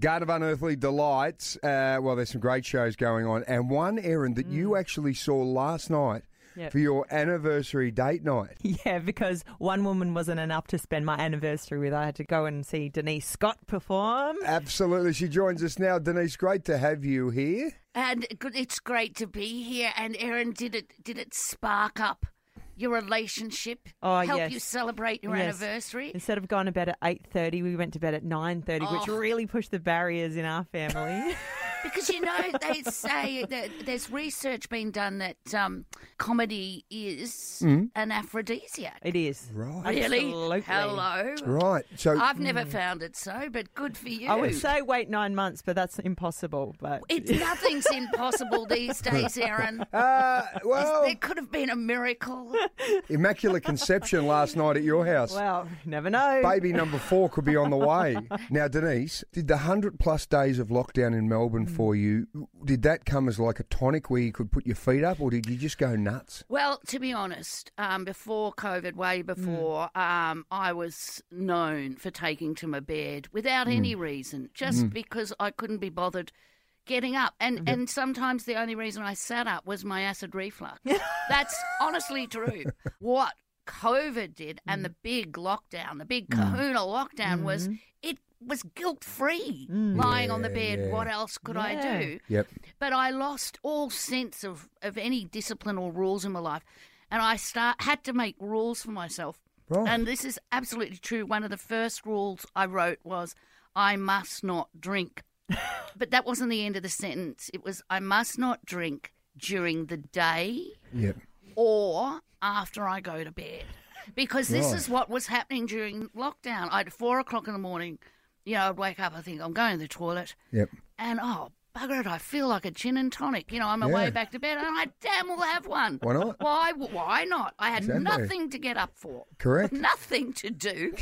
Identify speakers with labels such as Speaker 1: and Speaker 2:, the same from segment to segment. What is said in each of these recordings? Speaker 1: Garden of Unearthly Delights. Uh, well, there's some great shows going on. And one, Erin, that you actually saw last night
Speaker 2: Yep.
Speaker 1: for your anniversary date night.
Speaker 2: Yeah, because one woman wasn't enough to spend my anniversary with. I had to go and see Denise Scott perform.
Speaker 1: Absolutely. She joins us now. Denise, great to have you here.
Speaker 3: And good, it's great to be here. And Erin, did it did it spark up your relationship?
Speaker 2: Oh,
Speaker 3: help
Speaker 2: yes.
Speaker 3: you celebrate your
Speaker 2: Yes.
Speaker 3: anniversary.
Speaker 2: Instead of going to bed at eight thirty, we went to bed at nine thirty, which
Speaker 3: Oh.
Speaker 2: really pushed the barriers in our family.
Speaker 3: Because you know they say that there's research being done that um, comedy is an aphrodisiac.
Speaker 2: it is
Speaker 1: Right.
Speaker 3: Really?
Speaker 2: Hmm? Absolutely. Hmm.
Speaker 3: Hello.
Speaker 1: Right. So,
Speaker 3: I've never found it so, but good for you.
Speaker 2: I would say wait nine months, but that's impossible. But
Speaker 3: It's nothing's impossible these days, Erin.
Speaker 1: uh,
Speaker 2: Oh.
Speaker 1: well,
Speaker 3: There could have been a miracle.
Speaker 1: Immaculate Conception last night at your house.
Speaker 2: well, never know.
Speaker 1: Baby number four could be on the way. Now, Denise, did the 100 plus days of lockdown in Melbourne for you, did that come as like a tonic where you could put your feet up or did you just go nuts?
Speaker 3: Well, to be honest, um, before COVID, way
Speaker 1: Mm.
Speaker 3: before, um, I was known for taking to my bed without
Speaker 1: Mm.
Speaker 3: any reason, just because I couldn't be bothered getting up. And and sometimes the only reason I sat up was my acid reflux. That's honestly true. What COVID did
Speaker 1: Mm.
Speaker 3: and the big lockdown, the big kahuna lockdown was it was guilt free lying on the
Speaker 1: Mm. Yeah,
Speaker 3: bed.
Speaker 1: yeah.
Speaker 3: What else could
Speaker 2: Yeah.
Speaker 3: I do?
Speaker 1: Yep.
Speaker 3: but I lost all sense of, of any discipline or rules in my life. And I start had to make rules for myself.
Speaker 1: Right.
Speaker 3: And this is absolutely true. One of the first rules I wrote was I must not drink. but that wasn't the end of the sentence. It was I must not drink during the day
Speaker 1: Yep.
Speaker 3: or after I go to bed. Because this
Speaker 1: Right.
Speaker 3: is what was happening during lockdown. I'd four o'clock in the morning, you know, I'd wake up, I think, I'm going to the toilet
Speaker 1: Yep.
Speaker 3: and oh bugger it, I feel like a gin and tonic. You know, I'm
Speaker 1: Yeah.
Speaker 3: away back to bed, and I damn well have one.
Speaker 1: Why not?
Speaker 3: Why? Why not? I had
Speaker 1: Exactly.
Speaker 3: nothing to get up for,
Speaker 1: Correct.
Speaker 3: nothing to do,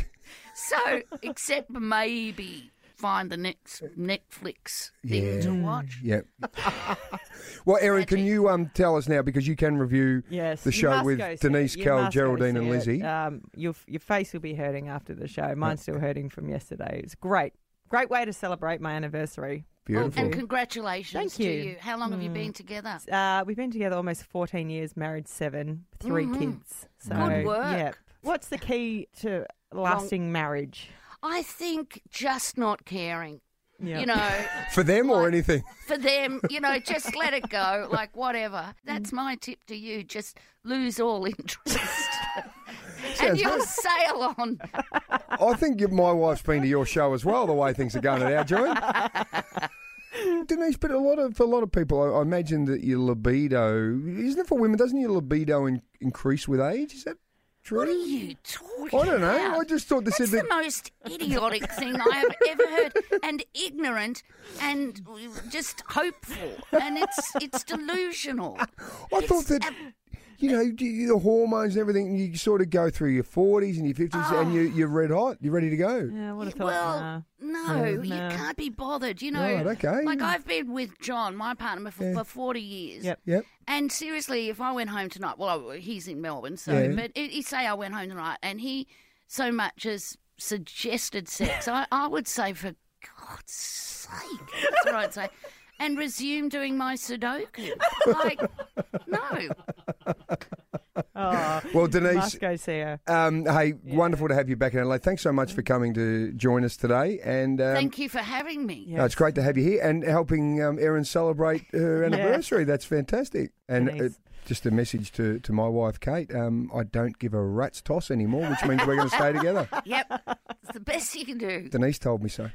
Speaker 3: so except maybe find the next Netflix thing
Speaker 1: Yeah.
Speaker 3: to watch.
Speaker 1: Yep. well, Erin, can you um, tell us now because you can review
Speaker 2: Yes,
Speaker 1: the
Speaker 2: you
Speaker 1: show
Speaker 2: must
Speaker 1: with
Speaker 2: go see
Speaker 1: Denise,
Speaker 2: it. You
Speaker 1: Cal,
Speaker 2: must go
Speaker 1: Geraldine,
Speaker 2: see
Speaker 1: and
Speaker 2: it.
Speaker 1: Lizzie?
Speaker 2: Um, your your face will be hurting after the show. Mine's still hurting from yesterday. It's great, great way to celebrate my anniversary.
Speaker 1: Beautiful.
Speaker 3: Oh, And congratulations
Speaker 2: Thank
Speaker 3: to
Speaker 2: you. Mm.
Speaker 3: you. How long have you been together?
Speaker 2: Uh, we've been together almost fourteen years, married seven, 3 kids. So,
Speaker 3: Mm-hmm. Good work.
Speaker 2: Yep. What's the key to lasting marriage?
Speaker 3: I think just not caring.
Speaker 2: Yeah.
Speaker 3: You know,
Speaker 1: For them or
Speaker 3: Like-
Speaker 1: anything?
Speaker 3: for them, you know, just let it go, like whatever. That's
Speaker 1: Mm.
Speaker 3: my tip to you. Just lose all interest. and
Speaker 1: Sounds
Speaker 3: you'll
Speaker 1: good.
Speaker 3: sail on.
Speaker 1: I think you- my wife's been to your show as well. The way things are going at our joint, Denise. But a lot of a lot of people, I, I imagine that your libido isn't it for women? Doesn't your libido in, increase with age? Is that
Speaker 3: What are
Speaker 1: true?
Speaker 3: you talking
Speaker 1: I don't know.
Speaker 3: about?
Speaker 1: I just thought this
Speaker 3: That's
Speaker 1: is
Speaker 3: the most idiotic thing I have ever heard, and ignorant, and just hopeful, and it's it's delusional.
Speaker 1: I thought that. You know, you- you- the hormones and everything, you sort of go through your 40s and your 50s
Speaker 3: Ah.
Speaker 1: and you, you're red hot. You're ready to go.
Speaker 2: Yeah, I would have thought. nah.
Speaker 3: Well, no, you
Speaker 2: no.
Speaker 3: can't be bothered. You know,
Speaker 1: Right, okay.
Speaker 3: like I've been with John, my partner, for, for forty years.
Speaker 2: Yep.
Speaker 1: Yep.
Speaker 3: And seriously, if I went home tonight, well, I- he's in Melbourne, so
Speaker 1: Yeah.
Speaker 3: but he say I went home tonight, and he so much as suggested sex, I, I would say for God's sake, that's what I'd say, and resume doing my Sudoku. Like, no,
Speaker 2: Oh,
Speaker 1: Well,
Speaker 2: you
Speaker 1: Denise,
Speaker 2: must go see her.
Speaker 1: um, hey, wonderful to have you back in Adelaide. Thanks so much for coming to join us today. And um,
Speaker 3: thank you for having me.
Speaker 1: No, it's great to have you here and helping um, Erin celebrate her anniversary. That's fantastic. And uh,
Speaker 2: Denise.
Speaker 1: just a message to, to my wife, Kate um, I don't give a rat's toss anymore, which means we're going to stay together.
Speaker 3: Yep, it's the best you can do.
Speaker 1: Denise told me so.